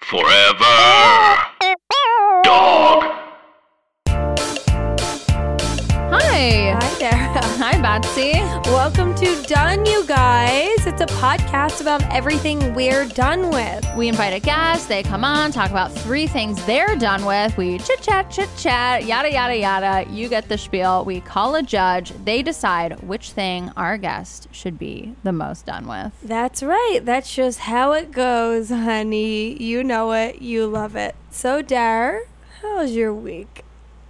Forever. Dog. Hi. Hi there. Hi, Betsy. Welcome to Done, you guys. It's a podcast about everything we're done with. We invite a guest. They come on, talk about three things they're done with. We chit chat, chit chat, yada, yada, yada. You get the spiel. We call a judge. They decide which thing our guest should be the most done with. That's right. That's just how it goes, honey. You know it. You love it. So, Dar, how's your week?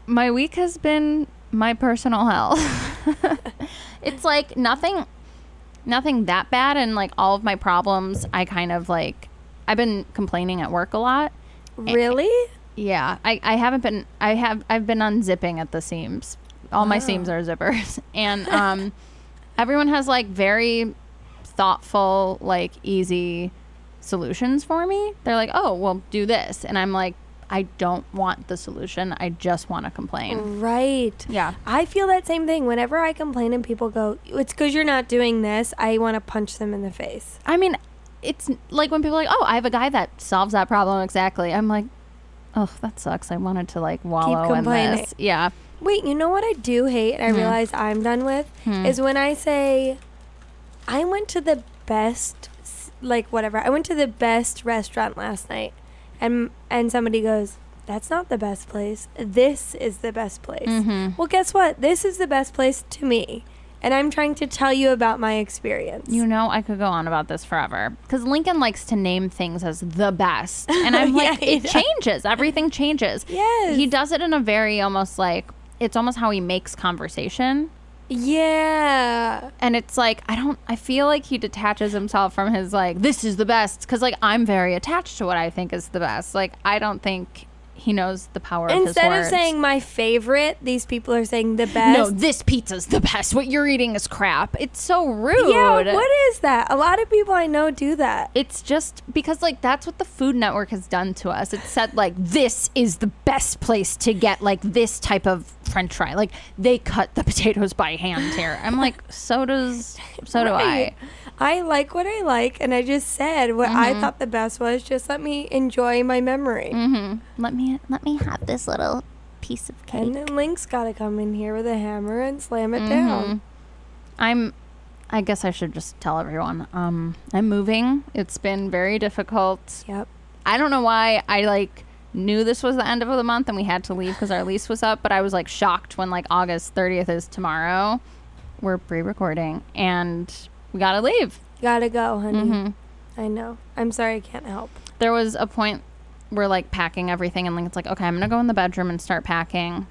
My week has been my personal hell. it's like nothing nothing that bad and like all of my problems I kind of like I've been complaining at work a lot. Really? Yeah, I, I haven't been I have I've been unzipping at the seams. All my seams are zippers. And um everyone has like very thoughtful, like easy solutions for me. They're like, "Oh, well, do this." And I'm like, "I don't want the solution. I just want to complain." Right. Yeah. I feel that same thing. Whenever I complain and people go, it's because you're not doing this, I want to punch them in the face. I mean, it's like when people are like, "Oh, I have a guy that solves that problem exactly." I'm like, "Oh, that sucks. I wanted to like wallow in complaining. this." Yeah. Wait, you know what I do hate Hmm. and I realize I'm done with? Is when I say, I went to the best, s- like whatever, I went to the best restaurant last night. And, and somebody goes, that's not the best place. This is the best place. Mm-hmm. Well, guess what? This is the best place to me. And I'm trying to tell you about my experience. You know, I could go on about this forever because Lincoln likes to name things as the best, and I'm Yeah, like, he it does. changes. Everything changes. Yes. he does it in a very almost like it's almost how he makes conversation, yeah. and it's like I don't. I feel like he detaches himself from his like this is the best because like I'm very attached to what I think is the best. Like I don't think he knows the power Instead of of his words. saying my favorite, these people are saying the no, best. this pizza's the best. What you're eating is crap. It's so rude. yeah, what is that? A lot of people I know do that. it's just because like that's what the food network has done to us it said like this is the best place to get like this type of french fry like they cut the potatoes by hand here i'm like so does so do i Right. I like what I like, and I just said what Mm-hmm. I thought the best was. Just let me enjoy my memory. let me let me have this little piece of cake And then Link's got to come in here with a hammer and slam Mm-hmm. it down. i'm i guess i should just tell everyone um i'm moving it's been very difficult Yep. I don't know why I like knew this was the end of the month and we had to leave because our lease was up, but I was like shocked when like August 30th is tomorrow. We're pre-recording and we gotta leave. Gotta go, honey. Mm-hmm. I know. I'm sorry I can't help. There was a point where like packing everything and like it's like okay, I'm gonna go in the bedroom and start packing.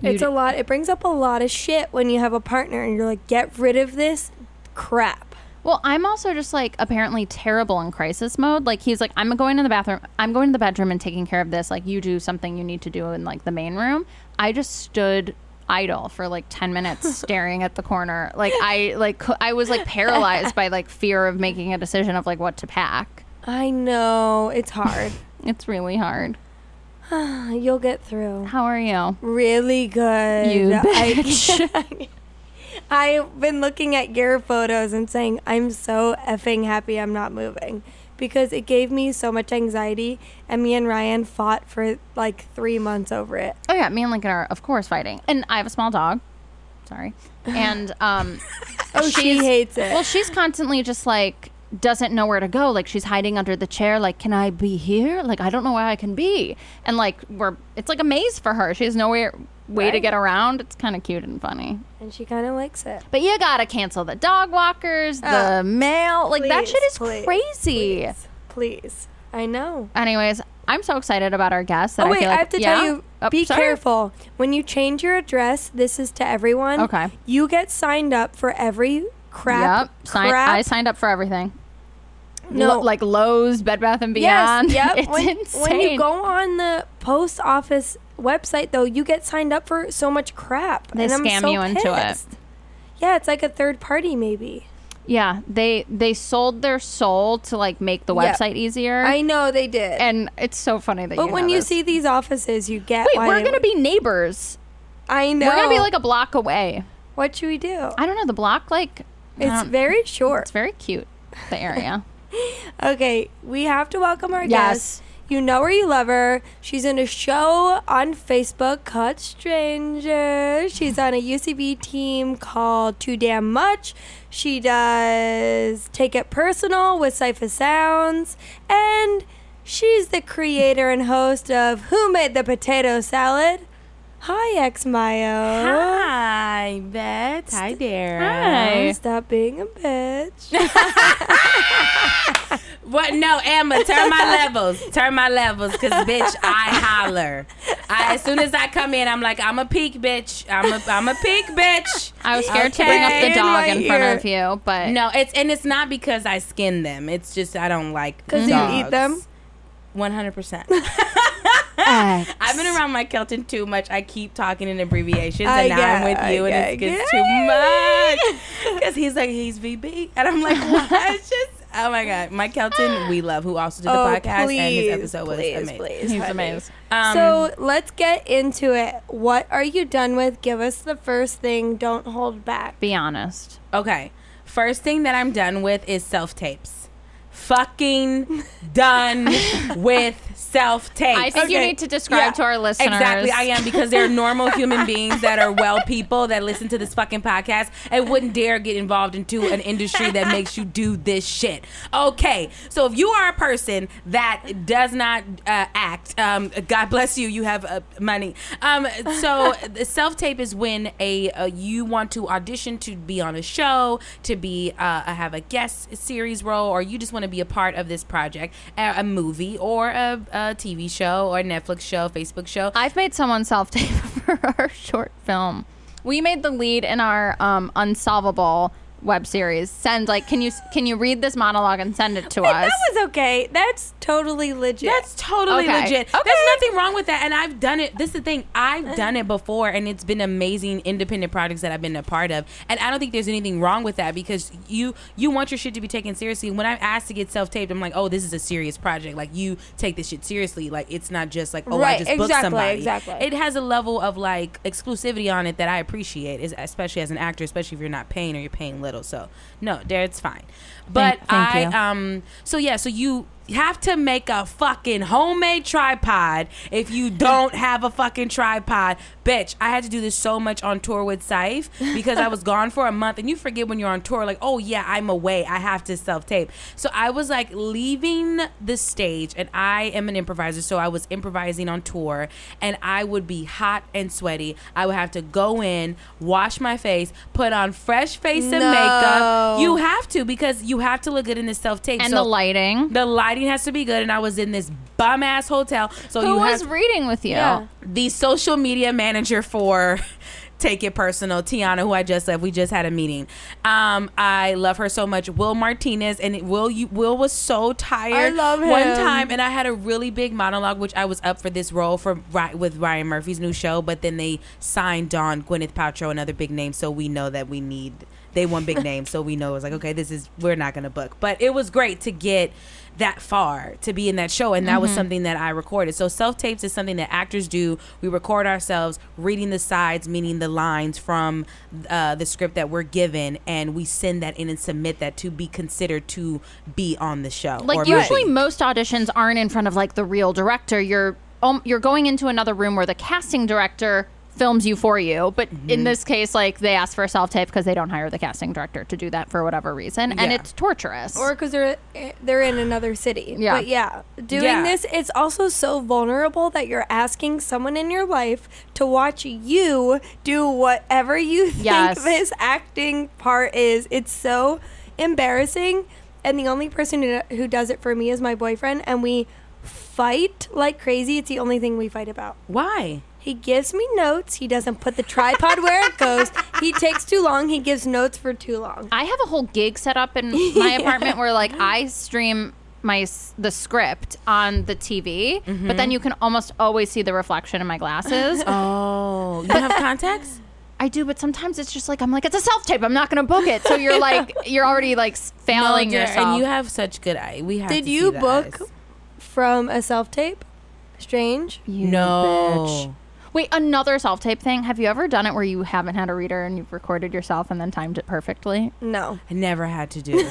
You it's d- a lot. It brings up a lot of shit when you have a partner and you're like, get rid of this crap. Well, I'm also just like apparently terrible in crisis mode. Like he's like, I'm going to the bathroom. I'm going to the bedroom and taking care of this. Like you do something you need to do in like the main room. I just stood idle for like 10 minutes staring at the corner. Like I like cou- I was like paralyzed by like fear of making a decision of like what to pack. I know. It's hard. It's really hard. You'll get through. How are you? Really good. You I- bitch. I've been looking at your photos and saying, I'm so effing happy I'm not moving because it gave me so much anxiety. And me and Ryan fought for like three months over it. Oh yeah, me and Lincoln are of course fighting. And I have a small dog. Sorry. And um Oh, she she's- hates it. Well, she's constantly just like doesn't know where to go. Like she's hiding under the chair. Like, can I be here? Like, I don't know where I can be. And like we're it's like a maze for her. She has nowhere way to Right. get around. It's kind of cute and funny. and she kind of likes it. But you gotta cancel the dog walkers, the Oh, mail. Like that Please, shit is please, crazy. Please, please. I know. Anyways, I'm so excited about our guest. That Oh, I, wait, I, feel like, have to Yeah? tell you Oh, be sorry. careful. When you change your address, this is to everyone. Okay. You get signed up for every crap. Yep. Sign- crap I signed up for everything. No. lo- like Lowe's, Bed Bath and Beyond. Yes, yep. it's when, insane. when you go on the post office website, though, you get signed up for so much crap. They and I'm scam so you into it. pissed. Yeah, it's like a third party, maybe. yeah, they they sold their soul to like make the Yeah. website easier. I know they did. and it's so funny that. but you when know you this. see these offices, you get. wait, why we're they gonna would- be neighbors. I know. We're gonna be like a block away. What should we do? I don't know the block. Like It's don't- very short. it's very cute. The area. Okay, we have to welcome our Yes. guest. You know her, you love her. She's in a show on Facebook called Stranger. She's on a UCB team called Too Damn Much. She does Take It Personal with Cypher Sounds. And she's the creator and host of Who Made the Potato Salad? Hi, ex Mayo. Hi, Beth. Hi, Dara. Hi. Stop being a bitch. What? No, Emma, turn my levels. Turn my levels, because, bitch, I holler. I, as soon as I come in, I'm like, I'm a peak, bitch. I'm a, I'm a peak, bitch. I was scared to bring up Okay. the dog In in, my front ear. of you, but No, it's and it's not because I skin them. It's just I don't like Mm. 'Cause you eat them? One hundred percent. X. I've been around my Kelton too much. I keep talking in abbreviations, I and now I'm get- I with you, and it's get- gets too much. Because he's like, he's VB, and I'm like, what? It's just, oh my god, Mike Kelton, we love, who also did the Oh, podcast, and please, his episode was please, amazing. please, he's honey. amazing. Um, so let's get into it. What are you done with? Give us the first thing. Don't hold back. Be honest. okay, first thing that I'm done with is self tapes. Fucking done with self tapes. I think you need to describe Yeah, to our listeners Exactly, I am because they're normal human beings that are well people that listen to this fucking podcast and wouldn't dare get involved into an industry that makes you do this shit. Okay, so if you are a person that does not uh, act, um, God bless you, you have uh, money. Um, so the self tape is when a uh, you want to audition to be on a show, to be uh, have a guest series role, or you just want to be a part of this project, a, a movie or a, a TV show or Netflix show, Facebook show. I've made someone self tape for our short film. We made the lead in our um, unsolvable web series. Send like, can you can you read this monologue and send it to Hey, us? that was okay. That's totally legit. That's totally Okay. legit. Okay. Uh. There's nothing wrong with that. And I've done it. This is the thing. I've done it before, and it's been amazing independent projects that I've been a part of. And I don't think there's anything wrong with that because you you want your shit to be taken seriously. When I'm asked to get self taped, I'm like, oh, this is a serious project. Like you take this shit seriously. Like it's not just like oh, Right, I just booked exactly, somebody. exactly. It has a level of like exclusivity on it that I appreciate, is- especially as an actor, especially if you're not paying or you're paying little. So no, there it's fine. But thank I you. um so yeah so you have to make a fucking homemade tripod if you don't have a fucking tripod bitch i had to do this so much on tour with Saif because i was gone for a month and you forget when you're on tour like oh yeah i'm away i have to self-tape so i was like leaving the stage and i am an improviser so i was improvising on tour and i would be hot and sweaty i would have to go in wash my face put on fresh face and makeup you have to because you have to look good in this self tape. and the lighting. the lighting has to be good. And I was in this bum ass hotel, so Who you was have reading with you? Yeah. the social media manager for Take It Personal, Tiana, who I just left. We just had a meeting. Um, I love her so much. Will Martinez and it- Will you Will was so tired. I love him. One time, and I had a really big monologue, which I was up for this role for Ry- with Ryan Murphy's new show, but then they signed on Gwyneth Paltrow, another big name, so we know that we need. They won big names, so we know it was like, okay, this is we're not gonna book. But it was great to get that far to be in that show and that was something that i recorded so self-tapes is something that actors do we record ourselves reading the sides meaning the lines from uh, the script that we're given and we send that in and submit that to be considered to be on the show or like movie. usually most auditions aren't in front of like the real director you're um, you're going into another room where the casting director films you for you but Mm-hmm. in this case like they ask for a self-tape because they don't hire the casting director to do that for whatever reason and Yeah. it's torturous or because they're eh, they're in another city. Yeah. But yeah, doing Yeah. this, it's also so vulnerable that you're asking someone in your life to watch you do whatever you think Yes. this acting part is. It's so embarrassing. And the only person who, who does it for me is my boyfriend, and we fight like crazy. It's the only thing we fight about. why He gives me notes. He doesn't put the tripod where it goes. He takes too long. He gives notes for too long. I have a whole gig set up in my apartment where like I stream my s- the script on the TV, but Mm-hmm. then you can almost always see the reflection in my glasses. Oh, you have contacts? I do, but sometimes it's just like I'm like it's a self tape. I'm not going to book it. So you're like you're already like s- failing Oh, dear, yourself. And you have such good eye. We have. Did to you see the book eyes. from a self tape? Strange. You bitch. No. Wait, another self tape thing. Have you ever done it where you haven't had a reader and you've recorded yourself and then timed it perfectly? No. I never had to do.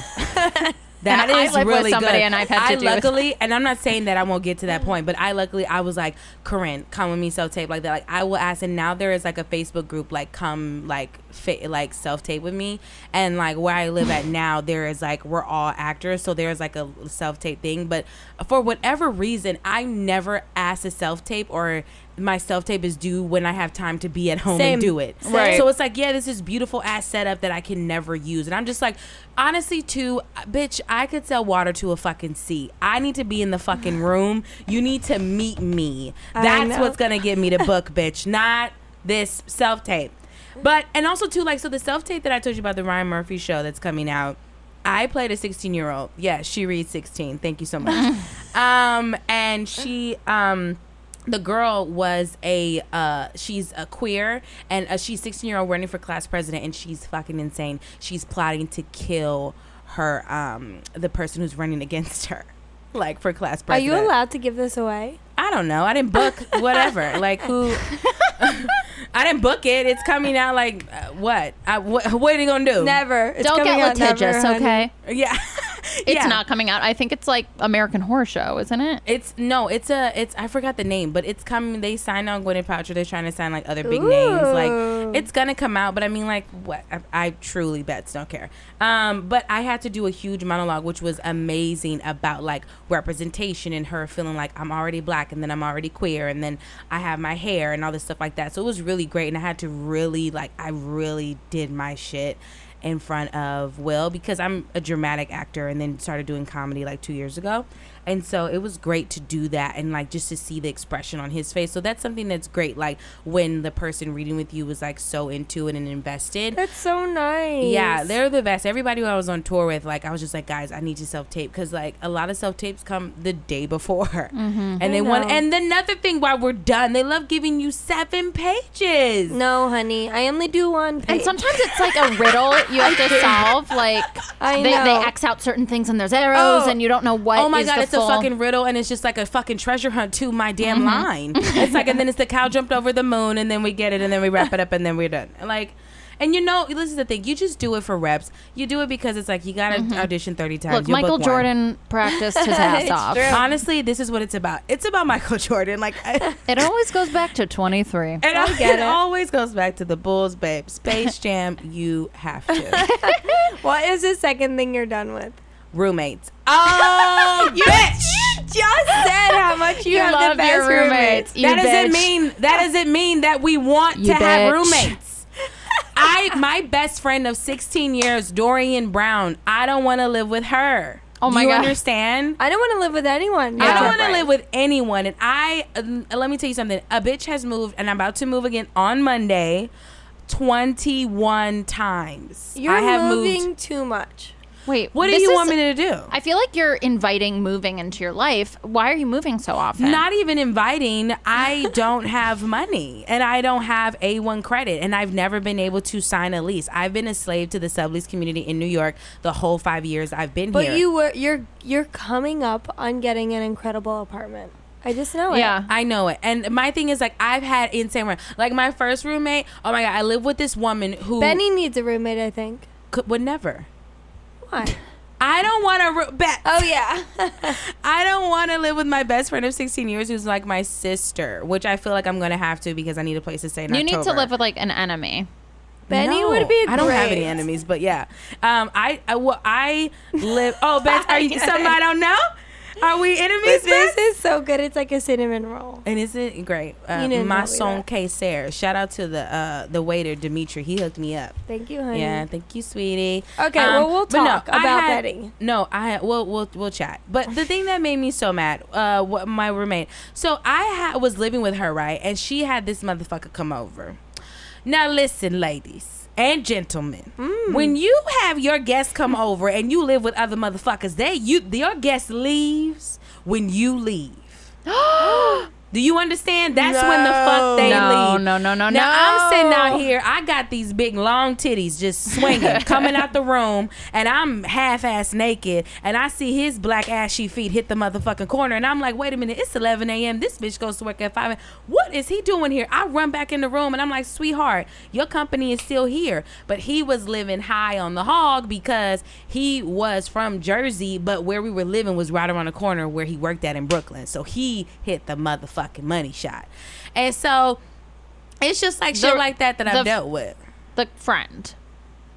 That And I is live with really somebody good. and I've had to I do it. luckily, and I'm not saying that I won't get to that point, but I luckily I was like, Corinne, come with me self tape like that. Like I will ask, and now there is like a Facebook group like come like fit like self tape with me, and like where I live at now there is like we're all actors, so there's like a self tape thing. But for whatever reason, I never asked to self tape or my self tape is due when I have time to be at home Same. and do it. Same. Right. So it's like, yeah, this is beautiful ass setup that I can never use. And I'm just like, honestly, too, bitch, I could sell water to a fucking sea. I need to be in the fucking room. You need to meet me. That's know. what's gonna get me to book, bitch, not this self tape. But and also too, like, so the self tape that I told you about the Ryan Murphy show that's coming out. I played a 16 year old. Yeah, she reads 16. Thank you so much. um, and she, um, the girl was a uh, she's a queer and uh, she's 16 year old running for class president and she's fucking insane she's plotting to kill her um the person who's running against her like for class Are president you allowed to give this away? I don't know. I didn't book whatever. like who? I didn't book it. It's coming out like uh, what? I, wh- what are you gonna do? Never. It's Don't coming get out never, litigious, honey. okay? Yeah. It's not coming out. I think it's like American Horror Show, isn't it? It's no. It's a. It's I forgot the name, but it's coming. They signed on Gwyneth Paltrow. They're trying to sign like other big names. Ooh. Like it's gonna come out, but I mean like what? I, I truly bets don't care. Um, but I had to do a huge monologue, which was amazing about like representation and her feeling like I'm already black and then I'm already queer and then I have my hair and all this stuff like that. So it was really great, and I had to really like I really did my shit in front of Will because I'm a dramatic actor and then started doing comedy like two years ago. And so it was great to do that and like just to see the expression on his face. So that's something that's great. Like when the person reading with you was like so into it and invested. That's so nice. Yeah, they're the best. Everybody who I was on tour with, like, I was just like, guys, I need to self tape because, like, a lot of self tapes come the day before, and they want. Mm-hmm. know. And another thing, while we're done, they love giving you seven pages. No, honey. I only do one. Page. And sometimes it's like a riddle you have to solve. Like they, I they know. X out certain things and there's arrows Oh. and you don't know what. oh my is god, the it's full- a fucking riddle, and it's just like a fucking treasure hunt to my Mm-hmm. damn line. It's like, and then it's the cow jumped over the moon, and then we get it, and then we wrap it up, and then we're done. Like. And you know, this is the thing. You just do it for reps. You do it because it's like you gotta audition thirty times. Mm-hmm. Look, You'll Michael book one. Jordan practiced his ass off. Honestly, this is what it's about. It's about Michael Jordan. Like, I, It always goes back to 23. and I get it it. always goes back to the Bulls, babe. Space Jam, you have to. What is the second thing you're done with? Roommates. Oh, bitch! Just said how much you, You have love the best your roommates. You that doesn't bitch. mean that doesn't mean that we want You to bitch. have roommates. I my best friend of 16 years, Dorian Brown. I don't want to live with her. Oh my Do you God. understand? I don't want to live with anyone. I don't Yeah. want to live with anyone. And I, uh, let me tell you something. A bitch has moved, and I'm about to move again on Monday, 21 times. You're I have moving moved. too much. Wait, What do this you is- want me to do? I feel like you're inviting moving into your life. Why are you moving so often? Not even inviting. I don't have money and I don't have A1 credit and I've never been able to sign a lease. I've been a slave to the sublease community in New York the whole five years I've been But here. you were you're you're coming up on getting an incredible apartment. I just know it. Yeah. I know it. And my thing is like I've had insane room. Like my first roommate, oh my god, I live with this woman who Benny needs a roommate, I think. could, would never. Why? I don't want to. Ro- bet. Oh yeah. I don't want to live with my best friend of 16 years, who's like my sister, which I feel like I'm gonna have to because I need a place to stay. In you need to October. live with like an enemy. Benny No, would be I don't have great. any enemies, but yeah. Um, I I, well, I live. Oh, Beth, are you somebody I don't know? Are we This enemies? Beth? is so so good. It's like a cinnamon roll. And isn't it great? Uh, You didn't my tell me son that. Kayser. Shout out to the uh, the waiter Dimitri. He hooked me up. Thank you, honey. Yeah, thank you, sweetie. Um, Okay, well, we'll but talk I about had- betting. No, I we'll we'll we'll chat. But the thing that made me so mad, uh, what my roommate. So I ha- was living with her, right, and she had this motherfucker come over. Now listen, ladies and gentlemen, Mm. when you have your guests come over and you live with other motherfuckers, they you your guest leaves when you leave. Do you understand? That's when the fuck they No, leave. no, no, no, now, I'm sitting no. out here here, I got these big long titties just swinging, coming out the room, and I'm half ass naked, and I see his black ashy feet hit the motherfucking corner, and I'm like, wait a minute, it's 11 a.m. This bitch goes to work at 5 a.m. What is he doing here? I run back in the room, and I'm like, sweetheart, your company is still here. But he was living high on the hog because he was from Jersey, but where we were living was right around the corner where he worked at in Brooklyn. So he hit the motherfucking money shot. And so. It's just like The- shit like that that the I've f- dealt with. the friend.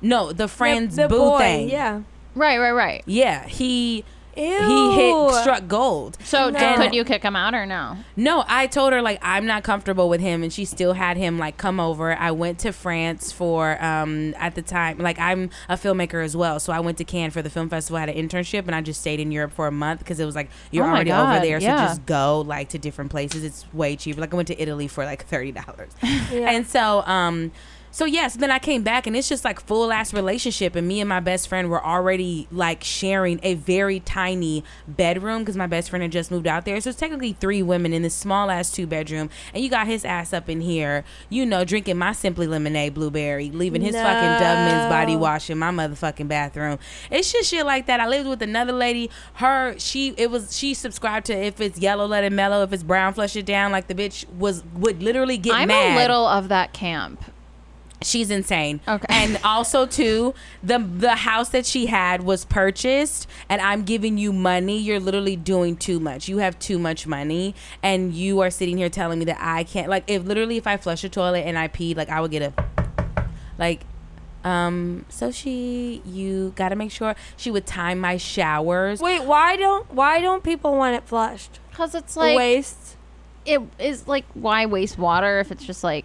No, the friend's the, the boo boy, thing. Yeah. Right, right, right. Yeah, he he Ew. hit struck gold. So d- No. could you kick him out or no? No, I told her like I'm not comfortable with him, and she still had him like come over. I went to France for um at the time like I'm a filmmaker as well, so I went to Cannes for the film festival. I had an internship, and I just stayed in Europe for a month because it was like you're Oh my already over God, there, yeah. so just go like to different places. It's way cheaper. Like I went to Italy for like thirty dollars, Yeah. and so um. So yes, then I came back and it's just like full ass relationship and me and my best friend were already like sharing a very tiny bedroom because my best friend had just moved out there. So it's technically three women in this small ass two bedroom and you got his ass up in here, you know, drinking my simply lemonade blueberry, leaving his fucking Dove men's body No. Oh. wash wash in my motherfucking bathroom. It's just shit like that. I lived with another lady. Her, she, it was she subscribed to if it's yellow, let it mellow. If it's brown, flush it down. Like the bitch was would literally get I'm mad. a little of that camp. She's insane. Okay. And also too, the the house that she had was purchased, and I'm giving you money. You're literally doing too much. You have too much money, and you are sitting here telling me that I can't. Like, if literally, if I flush a toilet and I pee, like I would get a, like, um. So she, you gotta make sure she would time my showers. Wait, why don't why don't people want it flushed? Because it's Waste. like it is like why waste water if it's just like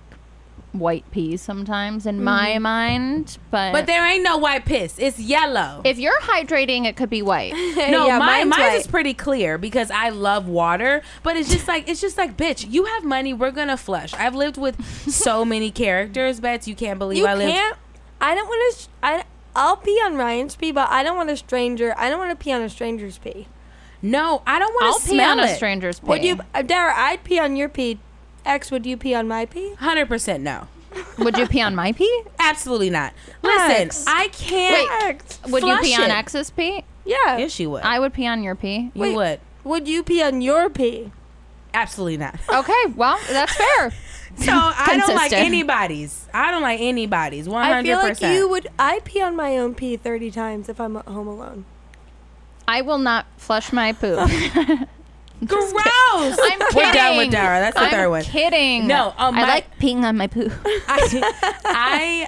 white peas sometimes in my mind. But Mm-hmm. But there ain't no white piss. It's yellow. if you're hydrating, it could be white. No, Yeah, mine's mine, mine white. is pretty clear because I love water, but it's just like it's just like, bitch, you have money, we're gonna flush. I've lived with so many characters, Bets, you can't believe You I lived. can't. I don't want to. I I'll pee on Ryan's pee, but I don't want a stranger. I don't want to pee on a stranger's pee. No, I don't want I'll to pee smell on a it. stranger's pee. Would you, uh, Dara? I'd pee on your pee. X, would you pee on my pee? Hundred percent no, Would you pee on my pee? absolutely not. Listen, X. I can't. X. Would Flush you pee on it. X's pee? Yeah. Yes, you would. I would pee on your pee. you Wait. would. Would you pee on your pee? Absolutely not. Okay, well that's fair. So I don't like Consistent. anybody's. I don't like anybody's. One I hundred feel like percent. you would. I pee on my own pee thirty times if I'm at home alone. I will not flush my poop. Gross. I'm We're done with kidding. Dara. That's the I'm third one. Kidding. No, um, I my- like peeing on my poop. I,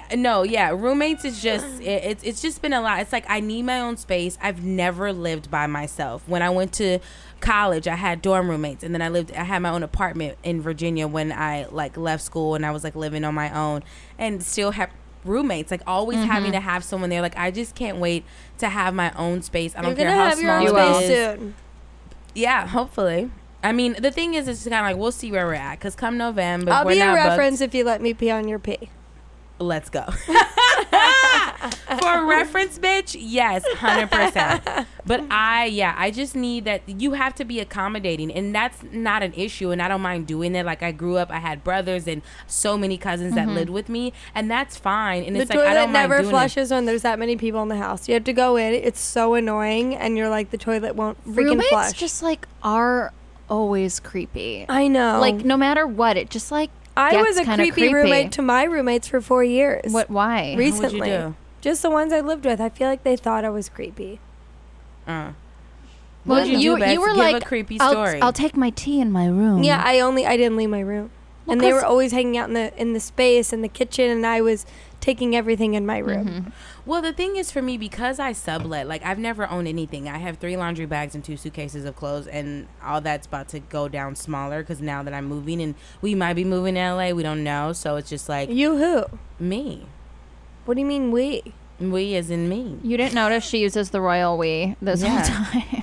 I no, yeah, roommates is just it, it's it's just been a lot. It's like I need my own space. I've never lived by myself. When I went to college, I had dorm roommates, and then I lived. I had my own apartment in Virginia when I like left school, and I was like living on my own, and still have roommates. Like always Mm-hmm. having to have someone there. Like I just can't wait to have my own space. I don't You're care gonna how have your small own it space is. soon. Yeah, hopefully. I mean, the thing is, it's kind of like we'll see where we're at. Because come November, if I'll we're be a not booked- reference if you let me pee on your pee. let's go. For reference, bitch, yes, 100%. But I, yeah, I just need that. You have to be accommodating, and that's not an issue. And I don't mind doing it. Like, I grew up, I had brothers and so many cousins that lived with me, and that's fine. And Mm-hmm. The it's like, I toilet don't mind never doing it. flushes when there's that many people in the house. You have to go in. It's so annoying, and you're like, the toilet won't freaking Roommates flush. just like are always creepy. I know. Like no matter what, it just like I gets was a kinda creepy, roommate to my roommates for four years. what? Why? you Recently, do? just the ones I lived with. I feel like they thought I was creepy. Uh. Well, What'd you you do, Bess? you were Give like a creepy "I'll- story." I'll, take my tea in my room. Yeah, I only I didn't leave my room, Mm-hmm. Well, and they were 'cause- always hanging out in the in the space in the kitchen, and I was taking everything in my room. Mm-hmm. Well, the thing is for me because I sublet, like I've never owned anything. I have three laundry bags and two suitcases of clothes, and all that's about to go down smaller because now that I'm moving, and we might be moving to LA, we don't know. So it's just like You who? me, What do you mean we? we as in me. You didn't notice she uses the royal we this Yeah. whole time.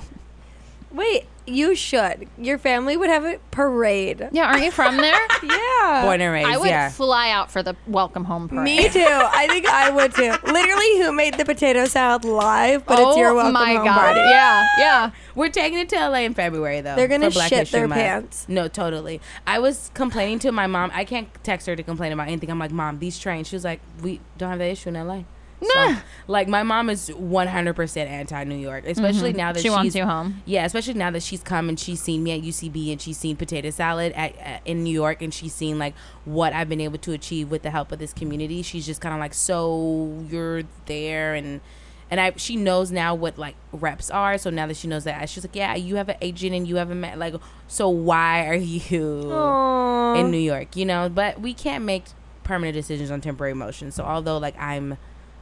Wait, you should. Your family would have a parade. Yeah, aren't you from there? Yeah. Born and raised, I would yeah. fly out for the welcome home parade. Me too. I think I would too. Literally, who made the potato salad live? But oh it's your welcome my home god! party. Yeah, yeah. We're taking it to LA in February though. They're gonna for Black shit History their Month. pants. No, totally. I was complaining to my mom. I can't text her to complain about anything. I'm like, mom, these trains. She was like, we don't have that issue in LA. So, Nah. like my mom is 100% anti New York, especially now that She she's, wants you home. Yeah, especially now that she's come and she's seen me at UCB and she's seen potato salad at, at in New York and she's seen like what I've been able to achieve with the help of this community. She's just kind of like, so you're there and. And I, she knows now what like reps are. So now that she knows that, she's like, "Yeah, you have an agent and you have a man. Like, so why are you Aw. in New York, you know, but we can't make permanent decisions on temporary motions. So although like I'm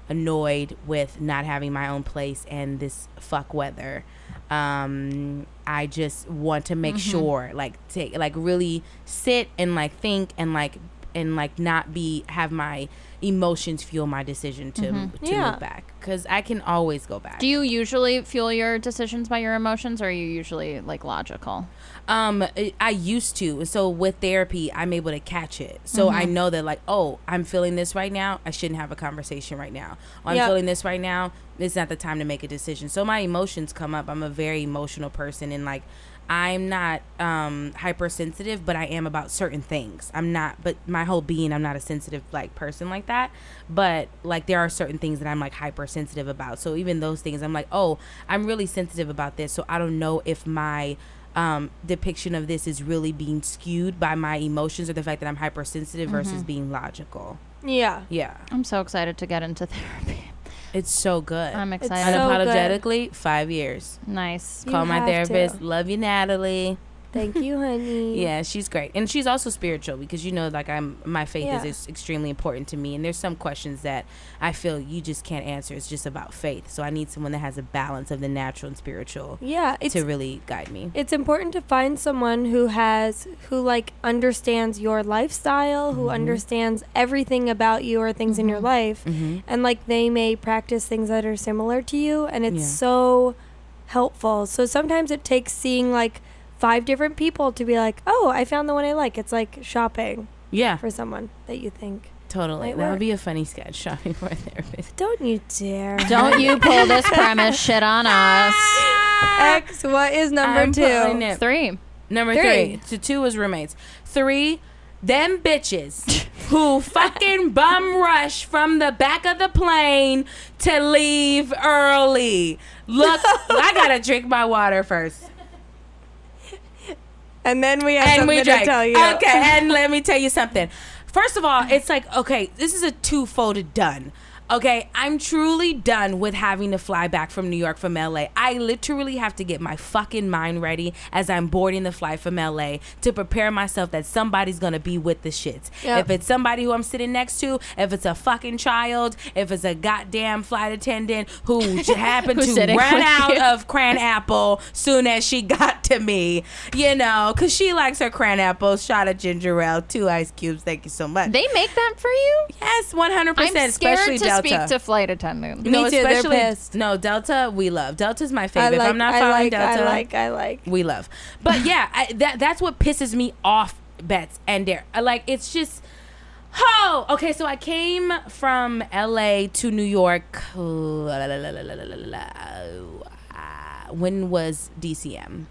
annoyed with not having my own place and this fuck weather, um, I just want to Mm-hmm. make sure like take like really sit and like think and like and like not be have my emotions fuel my decision to to Mm-hmm. Yeah. move back because I can always go back. Do you usually fuel your decisions by your emotions, or are you usually like logical? Um, I- I used to. So with therapy, I'm able to catch it. So I know that like, oh, I'm feeling this right now. I shouldn't have a conversation right now. Or I'm Yeah. feeling this right now. It's not the time to make a decision. So my emotions come up. I'm a very emotional person, and like, I'm not um hypersensitive, but I am about certain things. I'm not, but my whole being, I'm not a sensitive like person like that. But like, there are certain things that I'm like hypersensitive about. So even those things, I'm like, oh, I'm really sensitive about this. So I don't know if my um, depiction of this is really being skewed by my emotions or the fact that I'm hypersensitive versus being logical. Yeah. Yeah, I'm so excited to get into therapy. it's so good. I'm excited. so- good. Unapologetically, five years. nice. You Call my have to. therapist. Love you, Natalie. Thank you, honey. Yeah, she's great, and she's also spiritual because you know, like I'm, my faith Yeah. is ex- extremely important to me. And there's some questions that I feel you just can't answer. It's just about faith. So I need someone that has a balance of the natural and spiritual Yeah. It's to really guide me. it's important to find someone who has who like understands your lifestyle who Mm-hmm. understands everything about you or things in your life Mm-hmm. and like they may practice things that are similar to you and it's Yeah. so helpful so sometimes it takes seeing like five different people to be like oh i found the one i like it's like shopping Yeah, for someone that you think totally. Might That work. would be a funny sketch shopping for a therapist. don't you dare Don't you pull this premise shit on us. x what is number I'm pulling two it. Three. Number Three. three. So two was roommates. Three, them bitches who fucking bum rush from the back of the plane to leave early. Look, I gotta drink my water first. and then we have and something we drank. to tell you Okay, and let me tell you something. First of all, it's like okay, this is a two-fold done. Okay, I'm truly done with having to fly back from New York from LA. I literally have to get my fucking mind ready as I'm boarding the flight from LA to prepare myself that somebody's gonna be with the shits. Yep. If it's somebody who I'm sitting next to, if it's a fucking child, if it's a goddamn flight attendant who j- happened Who's to sitting run with out you. of of cran apple soon as she got to me, you know, because she likes her cran apple, shot of ginger ale, two ice cubes. Thank you so much. They make that for you? yes, 100%, I'm especially scared to Delta. speak to flight attendants. no, Me too, they're especially pissed. no Delta. We love Delta's my I favorite. if I'm not I following like, Delta, I like i like we love. But yeah, I, that that's what pisses me off. Bets and dare. I Like it's just. Oh, okay. So I came from LA to New York. When was DCM?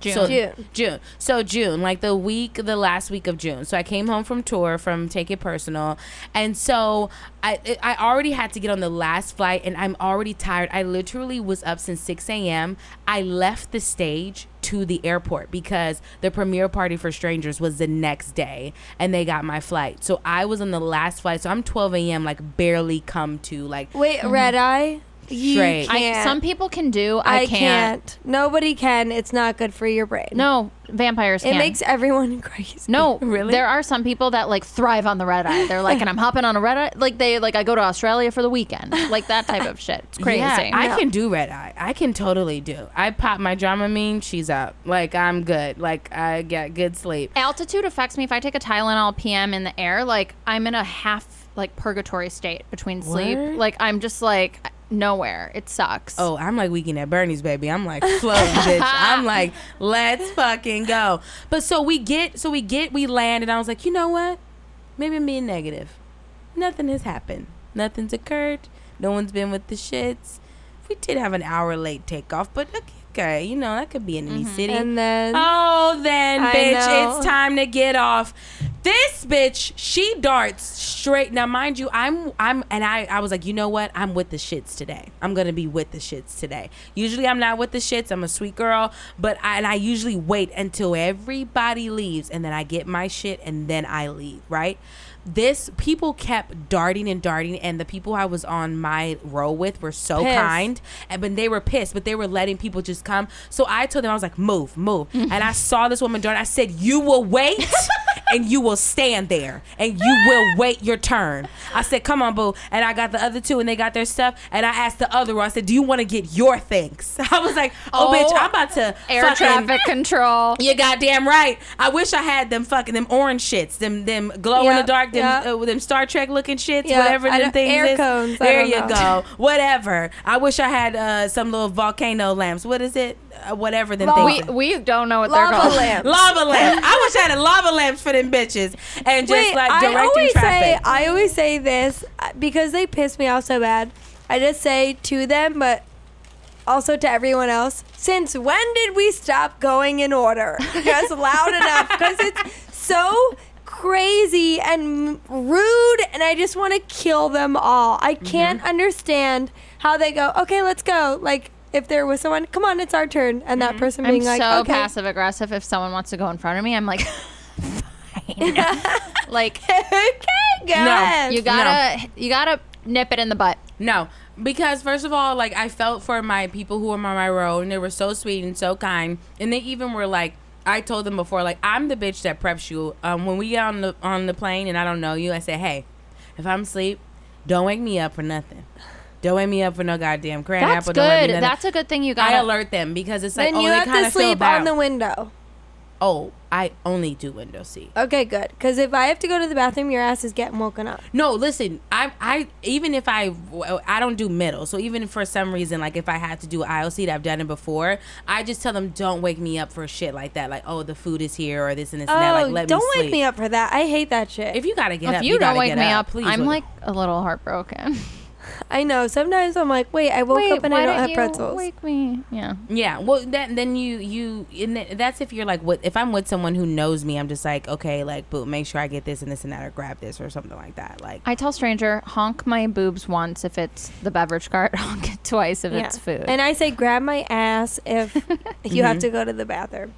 June. So June. June. So June, like the week, the last week of June. So I came home from tour from Take It Personal, and so I I already had to get on the last flight, and I'm already tired. I literally was up since six a.m. I left the stage to the airport because the premiere party for Strangers was the next day, and they got my flight. So I was on the last flight. So I'm twelve a.m. like barely come to like Wait, red eye? You Straight. can't. I, some people can do. I, I can't. can't. Nobody can. It's not good for your brain. No, vampires It can. makes everyone crazy. no, Really? There are some people that like thrive on the red eye. They're like, and I'm hopping on a red eye. Like they like I go to Australia for the weekend. Like that type of shit. It's crazy. Yeah, I can do red eye. I can totally do. I pop my Dramamine, she's up. Like I'm good. Like I get good sleep. altitude affects me if I take a Tylenol PM in the air, like I'm in a half like purgatory state between sleep. Word? Like I'm just like nowhere. It sucks. Oh, I'm like weekend at Bernie's, baby. I'm like flow, bitch. I'm like let's fucking go. But so we get, so we get, we land, and I was like, you know what? Maybe I'm being negative. Nothing has happened. Nothing's occurred. No one's been with the shits. We did have an hour late takeoff, but okay, okay you know that could be in any city. And then Oh, then, I bitch, know. it's time to get off. This bitch, she darts straight. Now, mind you, I'm, I'm, and I, I was like, you know what? I'm with the shits today. I'm gonna be with the shits today. Usually, I'm not with the shits. I'm a sweet girl, but I, and I usually wait until everybody leaves, and then I get my shit, and then I leave. Right? This people kept darting and darting, and the people I was on my row with were so Pissed. kind and but they were pissed, but they were letting people just come. So I told them I was like, move, move. Mm-hmm. and I saw this woman dart. I said, you will wait. And you will stand there, and you will wait your turn. I said, "Come on, boo!" And I got the other two, and they got their stuff. And I asked the other one, I said, "Do you want to get your things?" I was like, "Oh, Oh, bitch, I'm about to Air fucking- traffic control. You goddamn right. I wish I had them fucking them orange shits, them them glow in Yeah, the dark, them yeah. uh, them Star Trek looking shits, Yeah, whatever I them don't- things air is. cones, I There don't you know. go go. Whatever. I wish I had uh, some little volcano lamps. What is it? Uh, whatever them Lava- things. We we don't know what they're lava called. lamp. Lava lamp. I wish I had a lava lamps for them bitches and just Wait, like I directing always say traffic. I always say this uh, because they piss me off so bad. I just say to them, but also to everyone else. Since when did we stop going in order? Just loud enough because it's so crazy and rude, and I just want to kill them all. I Mm-hmm. can't understand how they go. Okay, let's go. Like if they're with someone, come on, it's our turn, and Mm-hmm. that person I'm being like, so okay, passive aggressive. If someone wants to go in front of me, I'm like, fine. like okay, go No, ahead. you gotta you gotta nip it in the butt. No, because first of all, like I felt for my people who were on my road, and they were so sweet and so kind, and they even were like, I told them before, like I'm the bitch that preps you. Um, when we get on the on the plane and I don't know you, I say, hey, if I'm asleep, don't wake me up for nothing. Don't wake me up for no goddamn crab That's apple. Don't wake me good. nothing. That's a good thing you got. I alert them because it's like then oh, you they have kind to of feel sleep bad. on the window. oh, I only do window seat. Okay, good. Because if I have to go to the bathroom, your ass is getting woken up. No, listen, I I even if I I don't do middle. So even if for some reason like if I have to do aisle seat, I've done it before. I just tell them don't wake me up for shit like that. Like oh, the food is here or this and this and that. oh, Like let don't me wake sleep. me up for that. I hate that shit. If you gotta get if up, you, don't gotta wake get me up. up, Please I'm like wake- a little heartbroken. I know. Sometimes I'm like, wait, I woke up and I don't didn't have you pretzels. Wake me. Yeah. Yeah, well, that, then you you and th- that's if you're like with if I'm with someone who knows me, I'm just like okay, like boo, make sure I get this and this and that or grab this or something like that. Like I tell stranger, honk my boobs once if it's the beverage cart, honk it twice if Yeah. it's food. And I say, grab my ass if you Mm-hmm. have to go to the bathroom.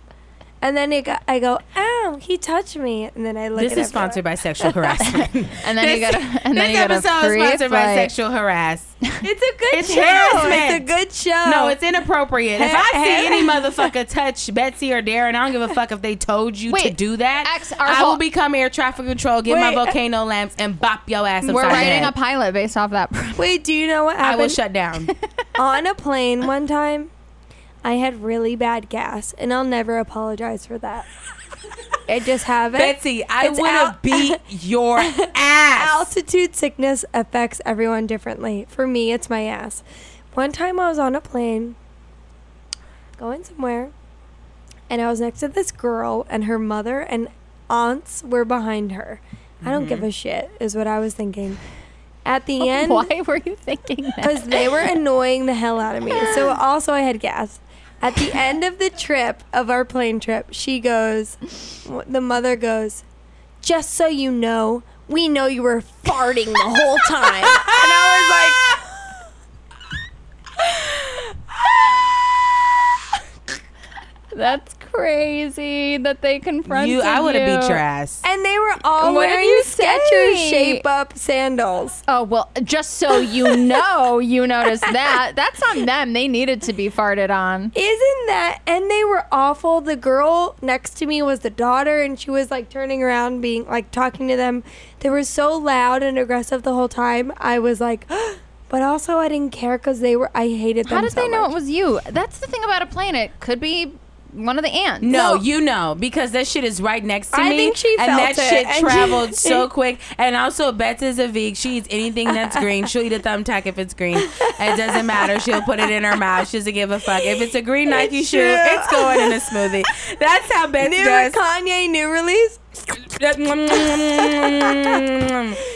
And then it go, I go, ow, he touched me. And then I look. this at is sponsored by sexual harassment. And then you This- gotta- and then this you gotta episode free is sponsored by flight. sexual harass. It's a good It's show. It's a harassment. good show. No, it's inappropriate. If Oh. Hey, I see hey. any motherfucker touch Betsy or Darren, I don't give a fuck if they told you to Wait, do that. X, our I whole- will become air traffic control, get my Wait. volcano lamps, and bop your ass. We're upside the writing head. a pilot based off that. premise. Wait, do you know what I happened? will shut down. on a plane one time, I had really bad gas, and I'll never apologize for that. I just haven't. Betsy, I It's would out- have beat your ass. Altitude sickness affects everyone differently. For me, it's my ass. One time I was on a plane going somewhere, and I was next to this girl, and her mother and aunts were behind her. I don't give a shit, is what I was thinking. At the end, Why were you thinking that? because they were annoying the hell out of me. So also I had gas. At the end of the trip of our plane trip, she goes, the mother goes, just so you know, we know you were farting the whole time. and I was like, That's crazy that they confronted you. You, I would have beat your ass. And they were all What did wearing you Skechers say? shape up sandals. Oh well, just so you know, you noticed that. That's on them. They needed to be farted on. Isn't that? And they were awful. The girl next to me was the daughter, and she was like turning around, being like talking to them. They were so loud and aggressive the whole time. I was like, but also I didn't care because they were. I hated them. How did so they know much. it was you? That's the thing about a plane. It could be one of the ants. No, you know because that shit is right next to I me. think she and felt that it, shit and she- traveled so quick. And also, Bets is a vegan. She eats anything that's green. She'll eat a thumbtack if it's green. It doesn't matter. She'll put it in her mouth. She doesn't give a fuck. If it's a green Nike shoe, true. it's going in a smoothie. That's how Bets New does. Kanye new release.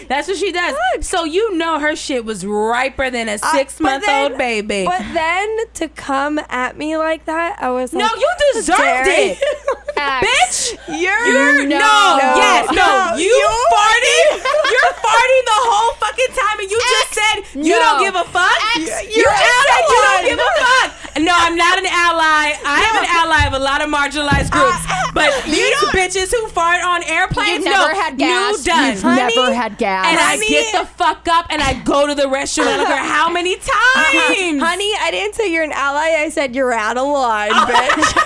That's what she does. So you know her shit was riper than a I- six month Uh, but then- old baby. But then to come at me like that, I was No, like, you deserved dare it, you? bitch. You're, You're no, yes, no. you farted. You're farting the whole fucking time, and you just said you no. don't give a fuck. you you're just said you don't ally. give a fuck. No, I'm not an ally. I am an ally of a lot of marginalized groups, but these bitches who fart on airplanes, You've never no, had gas. new done. You've never had gas. And I Honey. get the fuck up and I go to the restroom. I don't care how many times. Honey, I didn't say you're an ally. I said you're out of line, bitch.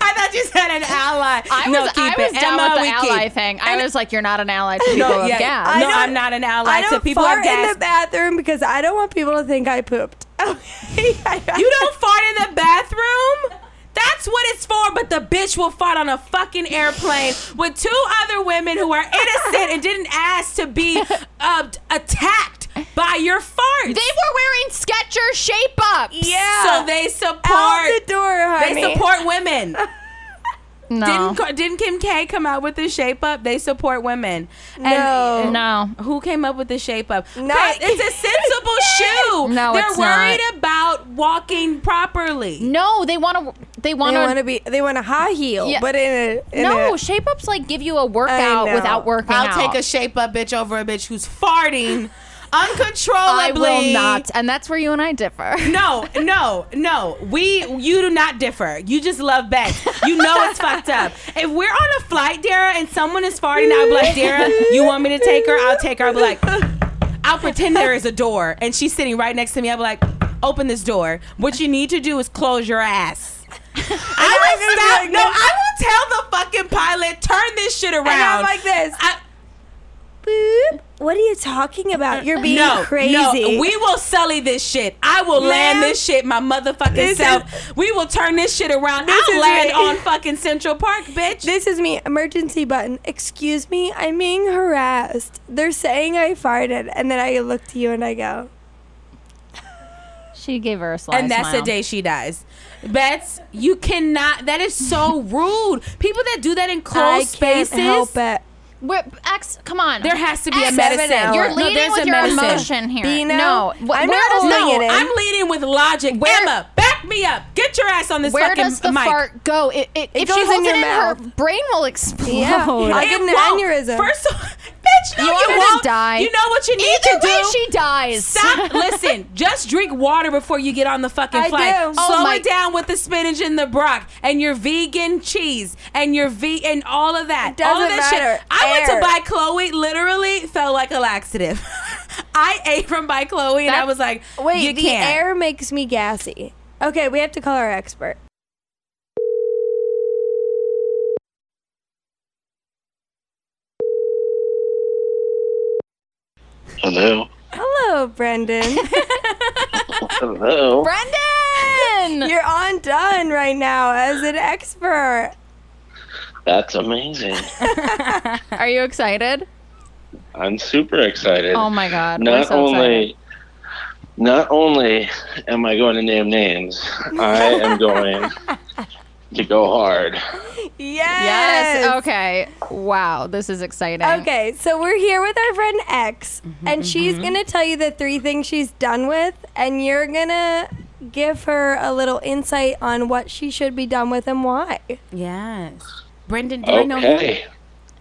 I thought you said an ally. I was, no, keep I was it. down Emma, with the we ally keep. thing. I was like, you're not an ally to people No, with yeah. gas. no, don't- I'm not an ally I to don't people who fart have gas. in the bathroom because I don't want people to think I pooped. You don't fart in the bathroom? That's what it's for, but the bitch will fart on a fucking airplane with two other women who are innocent and didn't ask to be uh, attacked by your farts. They were wearing Skechers shape ups. Yeah. So they out the support. door, honey. They support women. No. Didn't Ka- didn't Kim K come out with the shape up? They support women. And- No. no. Who came up with the shape up? No. But it's a sensible shoe. No, They're it's not. worried about walking properly. No, they want to. They They want want to. to be. They want a high heel, Yeah. but in a in No, a- shape ups like give you a I workout know. without working I'll out. take a shape up bitch over a bitch who's farting I uncontrollably. will not, and that's where you and I differ. No, no, no. We, you do not differ. You just love bets. You know it's fucked up. If we're on a flight, Dara, and someone is farting, I'll be like, Dara, you want me to take her? I'll take her. I'll be like, I'll pretend there is a door, and she's sitting right next to me. I'll be like, open this door. What you need to do is close your ass. I I'm will gonna be stop. like no, this. I will tell the fucking pilot, turn this shit around. and I'm like this. I- Boop. What are you talking about? You're being crazy. No, we will sully this shit. I will Ma'am, land this shit my motherfucking this self. we will turn this shit around. This I'll is land me. on fucking Central Park, bitch. This is me. Emergency button. Excuse me. I'm being harassed. They're saying I farted, and then I look to you and I go. She gave her a sly and that's smile. the day she dies. Bets, you cannot. That is so rude. People that do that in I closed can't spaces. help it. We're, ex, come on. There has to be a Ex- medicine. You're No, leading there's with a your medicine. emotion here. Dino, no, I'm Wh- where not does holding no, it in. I'm leading with logic. Where- Emma, back me up. Get your ass on this Where fucking does the mic. fart go? It, it, if goes she in holds your it in mouth. her brain will explode. Yeah. I- Like It an won't. aneurysm. First of all, bitch, no, You you, are gonna won't. die. You know what you need Either to way, do. she dies. Stop. Listen, just drink water before you get on the fucking I flight. do. Slow Oh my- it down with the spinach and the brock and your vegan cheese and your ve and all of that. It doesn't all of that matter. shit. I went Air. to buy Chloe. Literally felt like a laxative. I ate from by Chloe and I That's- was like, Wait, you the can't. air makes me gassy. Okay, we have to call our expert. Hello. Hello, Brendan. Hello. Brendan. You're on done right now as an expert. That's amazing. Are you excited? I'm super excited. Oh my god. we're not so excited. only not only am I going to name names, I am going to go hard. Yes. Yes. Okay. Wow. This is exciting. Okay, so we're here with our friend X, and she's gonna tell you the three things she's done with, and you're gonna give her a little insight on what she should be done with and why. Yes. Brendan, do I know him? Okay.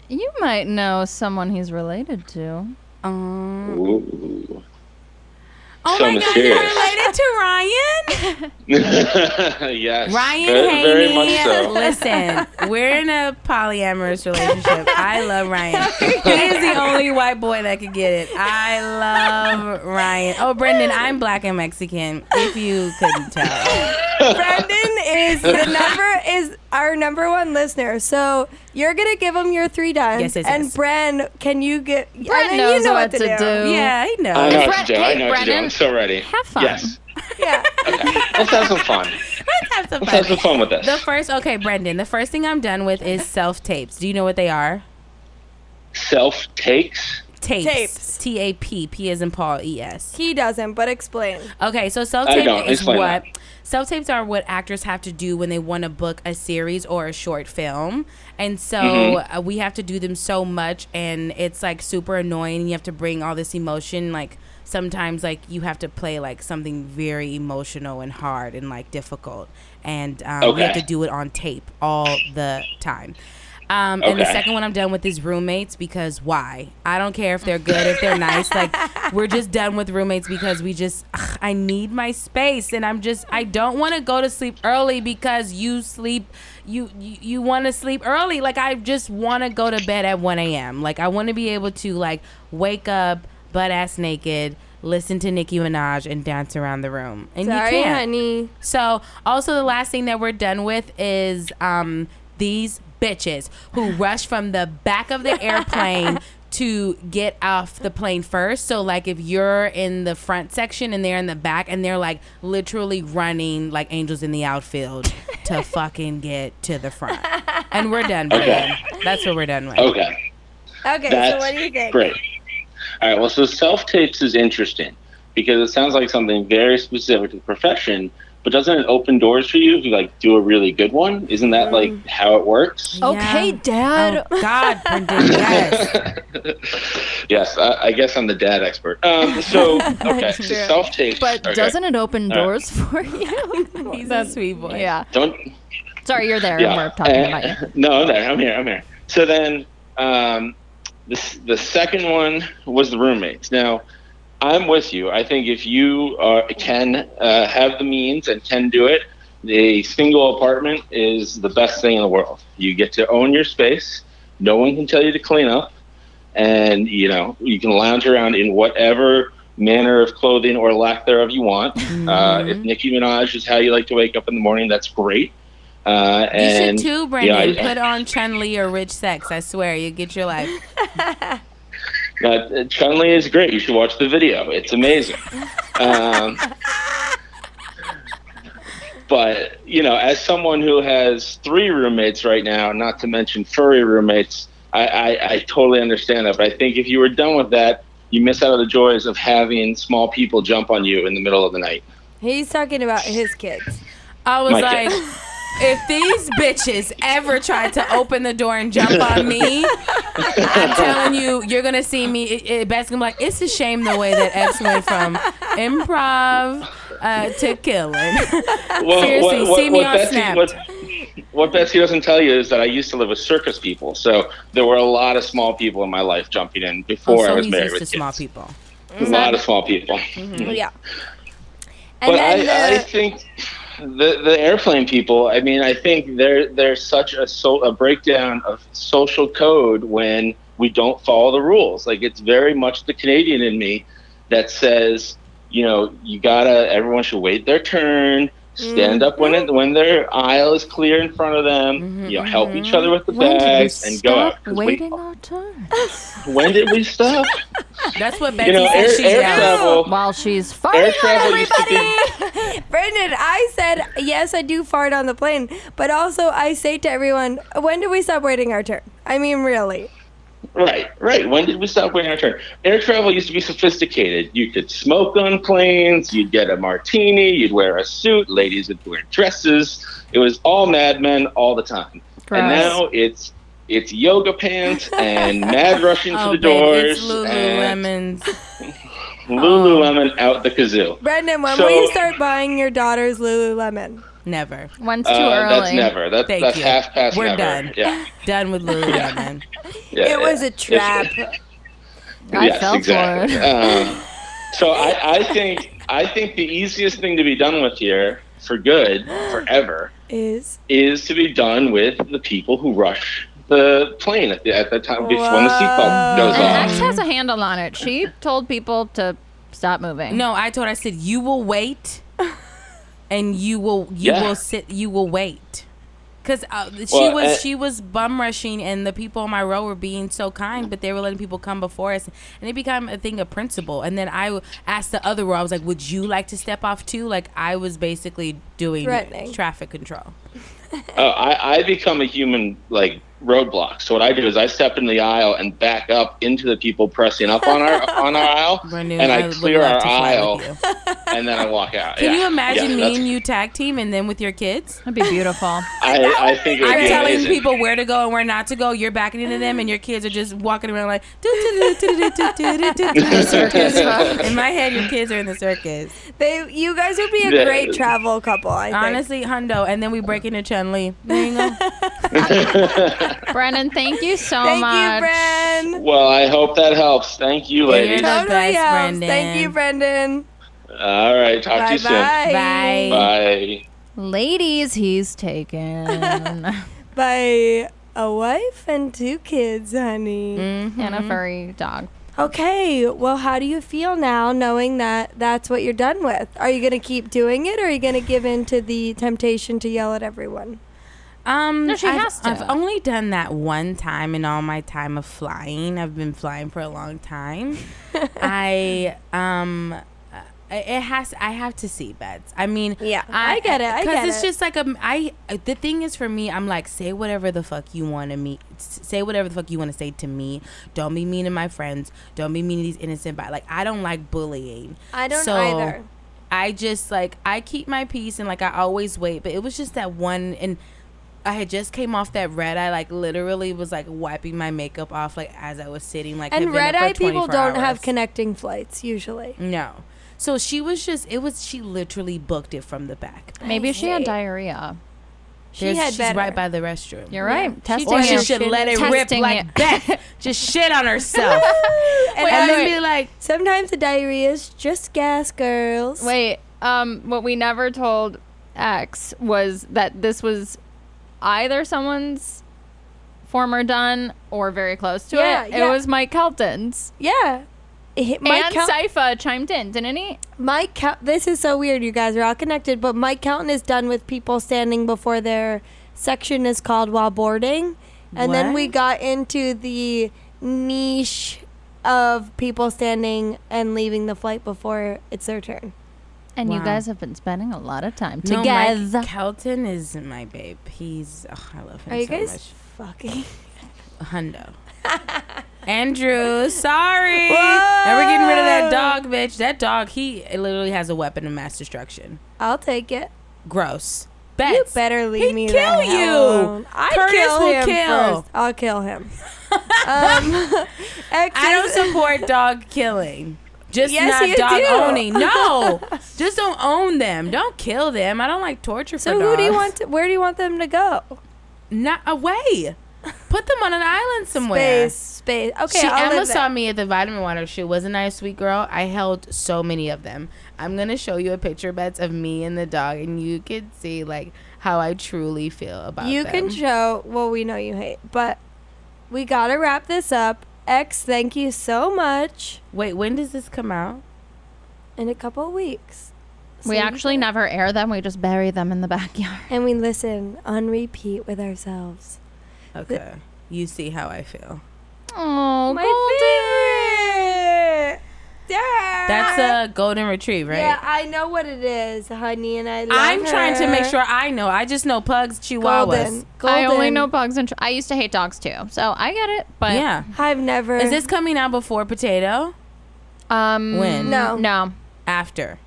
You might know someone he's related to. Um, Ooh. Oh so my god, you're mysterious. related to Ryan? yes. Ryan very, Haney. very much so. Listen, we're in a polyamorous relationship. I love Ryan. He is the only white boy that could get it. I love Ryan. Oh, Brendan, I'm black and Mexican, if you couldn't tell. Brendan is the number is our number one listener. So you're gonna give him your three dimes. Yes, yes, and yes. Bren, can you get? Bren and then knows you know what what, to do. Yeah, he I know knows. what Brett- to do. I hey, know what to do. Brennan, I'm so ready. have fun. Yes. Yeah. Let's have some fun. Let's have some Let's have some fun. fun with this. The first, okay, Brendan, the first thing I'm done with is self tapes. Do you know what they are? Self takes. Tapes. Tapes. T A P, P as in Paul, E S. He doesn't, but explain. Okay, so self I don't. tape is Explain what that. self tapes are what actors have to do when they want to book a series or a short film, and so Mm-hmm. uh, we have to do them so much, and it's like super annoying. You have to bring all this emotion, like sometimes like you have to play like something very emotional and hard and like difficult, and um, we have Okay. to do it on tape all the time. Um, And the Okay. second one I'm done with is roommates because why? I don't care if they're good, if they're nice. Like, we're just done with roommates because we just, ugh, I need my space. And I'm just, I don't want to go to sleep early because you sleep, you, you, you want to sleep early. Like, I just want to go to bed at 1 a.m. Like, I want to be able to, like, wake up butt ass naked, listen to Nicki Minaj, and dance around the room. And you Sorry, can't. honey. So, also the last thing that we're done with is um, these bitches who rush from the back of the airplane to get off the plane first. So, like, if you're in the front section and they're in the back, and they're like literally running like angels in the outfield to fucking get to the front, and we're done. with Okay. it. That's what we're done with. Okay. Okay, That's so what do you think? great. All right. Well, so self tapes is interesting because it sounds like something very specific to the profession, but doesn't it open doors for you if you like do a really good one? Isn't that Mm. like how it works? Okay, Yeah. Dad. Oh, God, Brendan, yes. yes, I, I guess I'm the dad expert. Um, so okay, so self tapes. But okay. doesn't it open All right. doors for you? He's a sweet boy. yeah. don't Sorry, you're there and yeah. we're talking about Uh, you. No, I'm there. I'm here. I'm here. So then, um, this the second one was the roommates. Now, I'm with you. I think if you are, can uh, have the means and can do it, a single apartment is the best thing in the world. You get to own your space. No one can tell you to clean up, and you know you can lounge around in whatever manner of clothing or lack thereof you want. Uh, if Nicki Minaj is how you like to wake up in the morning, that's great. Uh, You and should too, Brendan. yeah, I- Put on Chun Li or Rich Sex. I swear, you get your life. Uh, Chun Li is great. You should watch the video. It's amazing. um, but you know, as someone who has three roommates right now, not to mention furry roommates, I, I, I totally understand that. But I think if you were done with that, you miss out on the joys of having small people jump on you in the middle of the night. He's talking about his kids. I was My like, kid. if these bitches ever tried to open the door and jump on me, I'm telling you, you're gonna see me at- at Baskin. Like, it's a shame the way that X went from improv uh, to killing. Well, Seriously, see me on Snapped. What, what Betsy doesn't tell you is that I used to live with circus people, so there were a lot of small people in my life jumping in Oh, before I so was he's married used with to small kids. people. A lot of small people. Yeah. And But then I, I the, think the the airplane people. I mean, I think there there's such a so, a breakdown of social code when we don't follow the rules. Like it's very much the Canadian in me that says, you know, you gotta everyone should wait their turn. Stand up when it, when their aisle is clear in front of them. you know, help each other with the bags and go out. 'Cause we- Oh. waiting our turn? when did we stop? That's what Becky you know, air, says she's air out. travel. While she's Air farting on travel used to be Brendan, I said yes, I do fart on the plane, but also I say to everyone, when do we stop waiting our turn? I mean, really. Right, right. When did we stop waiting our turn? Air travel used to be sophisticated. You could smoke on planes, you'd get a martini, you'd wear a suit, ladies would wear dresses. It was all Mad Men all the time. And Gross. now it's it's yoga pants and mad rushing Oh, to the babe, it's doors and Lululemons. Lululemon Oh. out the kazoo. Brendan, when So- will you start buying your daughter's Lululemon? Never One's too Uh, early. that's never. That's Thank that's you. half past We're never. done. Yeah. done with Lululemon. yeah, yeah. It was a trap. yes, I fell for exactly. it. Um, so I, I think I think the easiest thing to be done with here, for good, forever, Is is to be done with the people who rush the plane at the at the time before when the seatbelt goes And X off. has a handle on it. She told people to stop moving. No, I told her, I said, you will wait and you will you Yeah. will sit you will wait. Cuz uh, she Well, was uh, she was bum rushing and the people on my row were being so kind, but they were letting people come before us and it became a thing of principle. And then I asked the other row, I was like, "Would you like to step off too?" Like I was basically doing Threatening. traffic control. Oh, I, I become a human like roadblock. So what I do is I step in the aisle and back up into the people pressing up on our on our aisle, Brandon, and I I would clear love our to fly aisle, with and then I walk out. Can Yeah. you imagine Yeah, me that's- and you tag team and then with your kids? That'd be beautiful. I, I think it would I'm be telling amazing. people where to go and where not to go. You're backing into them, and your kids are just walking around like. "Doo, doo, doo, doo, doo, doo, doo, doo, doo, doo." In my head, your kids are in the circus. they? You guys would be a Yeah. great travel couple. I think. Honestly, Hundo, and then we break into Chun Li. There you go. Brennan, thank you so Thank much. you, Brendan. Well, I hope that helps. Thank you, ladies. You're the Totally best, helps. Thank Brendan. you, Brendan. All right, talk to Bye you soon. bye. Bye. Bye. Ladies, he's taken. Mm-hmm. By a wife and two kids, honey. and a furry dog. Okay, well, how do you feel now knowing that that's what you're done with? Are you going to keep doing it or are you going to give in to the temptation to yell at everyone? Um, No, she I've, has to. I've only done that one time in all my time of flying. I've been flying for a long time. I um, uh, it has. I have to see beds. I mean, Yeah, I get it, I get it's it. just like um, I. The thing is, for me, I'm like, say whatever the fuck you want to me. s- Say whatever the fuck you want to say to me. Don't be mean to my friends. Don't be mean to these innocent. But like, I don't like bullying. I don't So, either. I just like I keep my peace and like I always wait, but it was just that one and I had just came off that red eye, like literally was like wiping my makeup off, like as I was sitting, like And had been up red for eye people 24 don't have hours. Mm. connecting flights usually. no. So she was just it was she literally booked it from the back. Maybe she had see. diarrhea. She There's- had she's better. right by the restroom. You're right. Yeah. Testing or Testing she it. it. should let it rip Testing like it. that. Just shit on herself. And and I- then be like, sometimes the diarrhea is just gas, girls. Wait, um, what we never told X was that this was either someone's former done or very close to Yeah, it. yeah. It was Mike Kelton's. Yeah. It- Mike, and Cal- Sypha chimed in, didn't he? Mike Cal- this is so weird. You guys are all connected, but Mike Calton is done with people standing before their section is called while boarding. And then What? we got into the niche of people standing and leaving the flight before it's their turn. And you Wow. guys have been spending a lot of time no, together. Mike Kelton is my babe. He's oh, I love him Are you so guys much. fucking? Hundo. Andrew, sorry. And we're getting rid of that dog, bitch. That dog, he literally has a weapon of mass destruction. I'll take it. Gross. You Bets. better leave He'd me the kill hell you. alone. I'd Curtis kill will him kill. first. I'll kill him. um, X I don't is- support dog killing. Just Yes, you not dog do. owning. No. Just don't own them. Don't kill them. I don't like torture so for who do you dogs. want? To, where do you want them to go? Not away. Put them on an island somewhere. Space, space. Okay, she, I'll Emma live saw me at the vitamin water shoot. Wasn't I a sweet girl? I held so many of them. I'm gonna show you a picture, Bets, of me and the dog, and you can see like how I truly feel about you them. can show well we know you hate but we gotta wrap this up x thank you so much Wait, when does this come out? in a couple weeks So we you actually can- never air them. We just bury them in the backyard. and we listen on repeat with ourselves Okay, you see how I feel. Oh, my Goldie. favorite yeah That's a golden retrieve, right? yeah i know what it is honey and i love I'm trying to make her. sure I know. I just know pugs, chihuahuas. golden, golden I only know bugs and tr- I used to hate dogs too, so I get it. But Yeah. i've never Is this coming out before potato? um, When? No. no, After.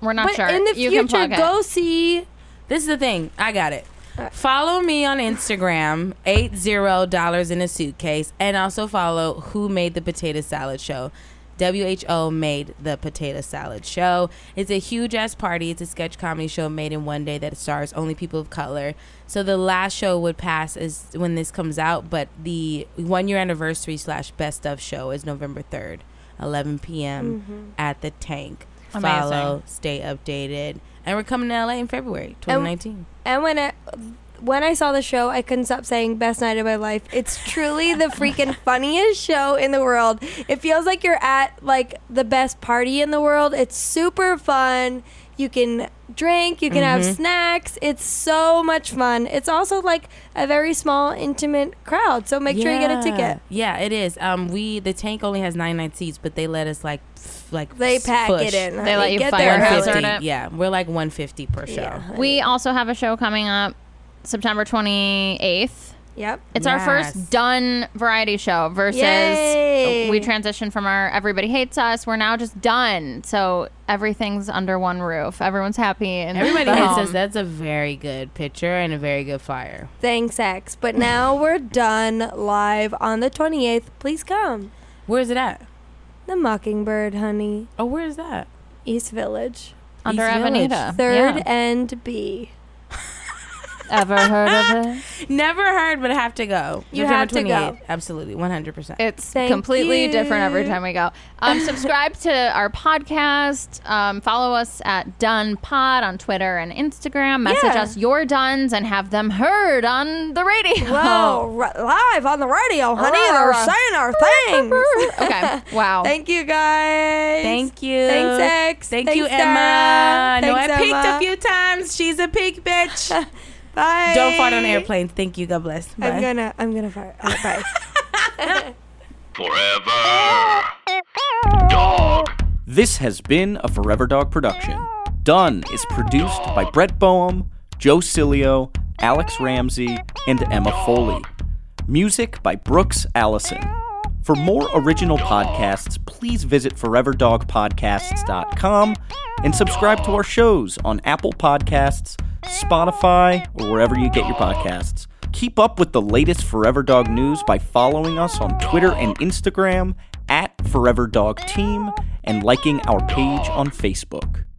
we're not but sure. in the you can future plug it. go see This is the thing. I got it. Follow me on Instagram, eight zero dollars in a suitcase, and also follow Who Made the Potato Salad Show. WHO made the potato salad show. It's a huge ass party. It's a sketch comedy show made in one day that stars only people of color. So the last show would pass is when this comes out, but the one year anniversary slash best of show is November third. 11 p.m. at the Tank. Amazing. Follow, stay updated, and we're coming to LA in February 2019. And when I when I saw the show, I couldn't stop saying "best night of my life." It's truly the freaking funniest show in the world. It feels like you're at like the best party in the world. It's super fun. You can drink, you can Mm-hmm. have snacks. It's so much fun. It's also like a very small, intimate crowd. So make sure you get a ticket. Yeah, it is. Um, we the Tank only has 99 seats, but they let us like f- like They s- pack push it in. honey. They let you get fire there hazard early. 150. it. Yeah, we're like 150 per show. Yeah. We also have a show coming up September 28th. Yep. It's our Yes. first done variety show versus Yay. we transitioned from our everybody hates us. We're now just done. So everything's under one roof. Everyone's happy and Everybody the hates home. us. That's a very good picture and a very good flyer. Thanks, X. But now we're done live on the 28th. Please come. Where's it at? The Mockingbird, honey. Oh, where is that? East Village. under East Village. Avenida. Third Yeah. and B. Ever heard of it? Never heard, but I have to go. You have to go. 28th. Absolutely, 100. percent It's Thank completely you. different every time we go. Um, subscribe to our podcast. Um, follow us at Done Pod on Twitter and Instagram. Message Yeah. us your duns and have them heard on the Oh. radio. Whoa, ri- live on the radio, honey. They're Ah. Rah. saying our things. okay. Wow. Thank you guys. Thank you. Thanks, X. Thank Thanks, you, Sarah. Emma. no, I Thanks, peeked Emma. a few times. She's a peek, bitch. Bye. Don't fart on airplanes. Thank you. God bless. Bye. I'm gonna. I'm gonna fart. All right, bye. Forever. Dog. This has been a Forever Dog production. Done is produced by Brett Boehm, Joe Cilio, Alex Ramsey, and Emma Foley. Music by Brooks Allison. For more original podcasts, please visit foreverdogpodcasts.com and subscribe to our shows on Apple Podcasts, Spotify, or wherever you get your podcasts. Keep up with the latest Forever Dog news by following us on Twitter and Instagram at Forever Dog Team and liking our page on Facebook.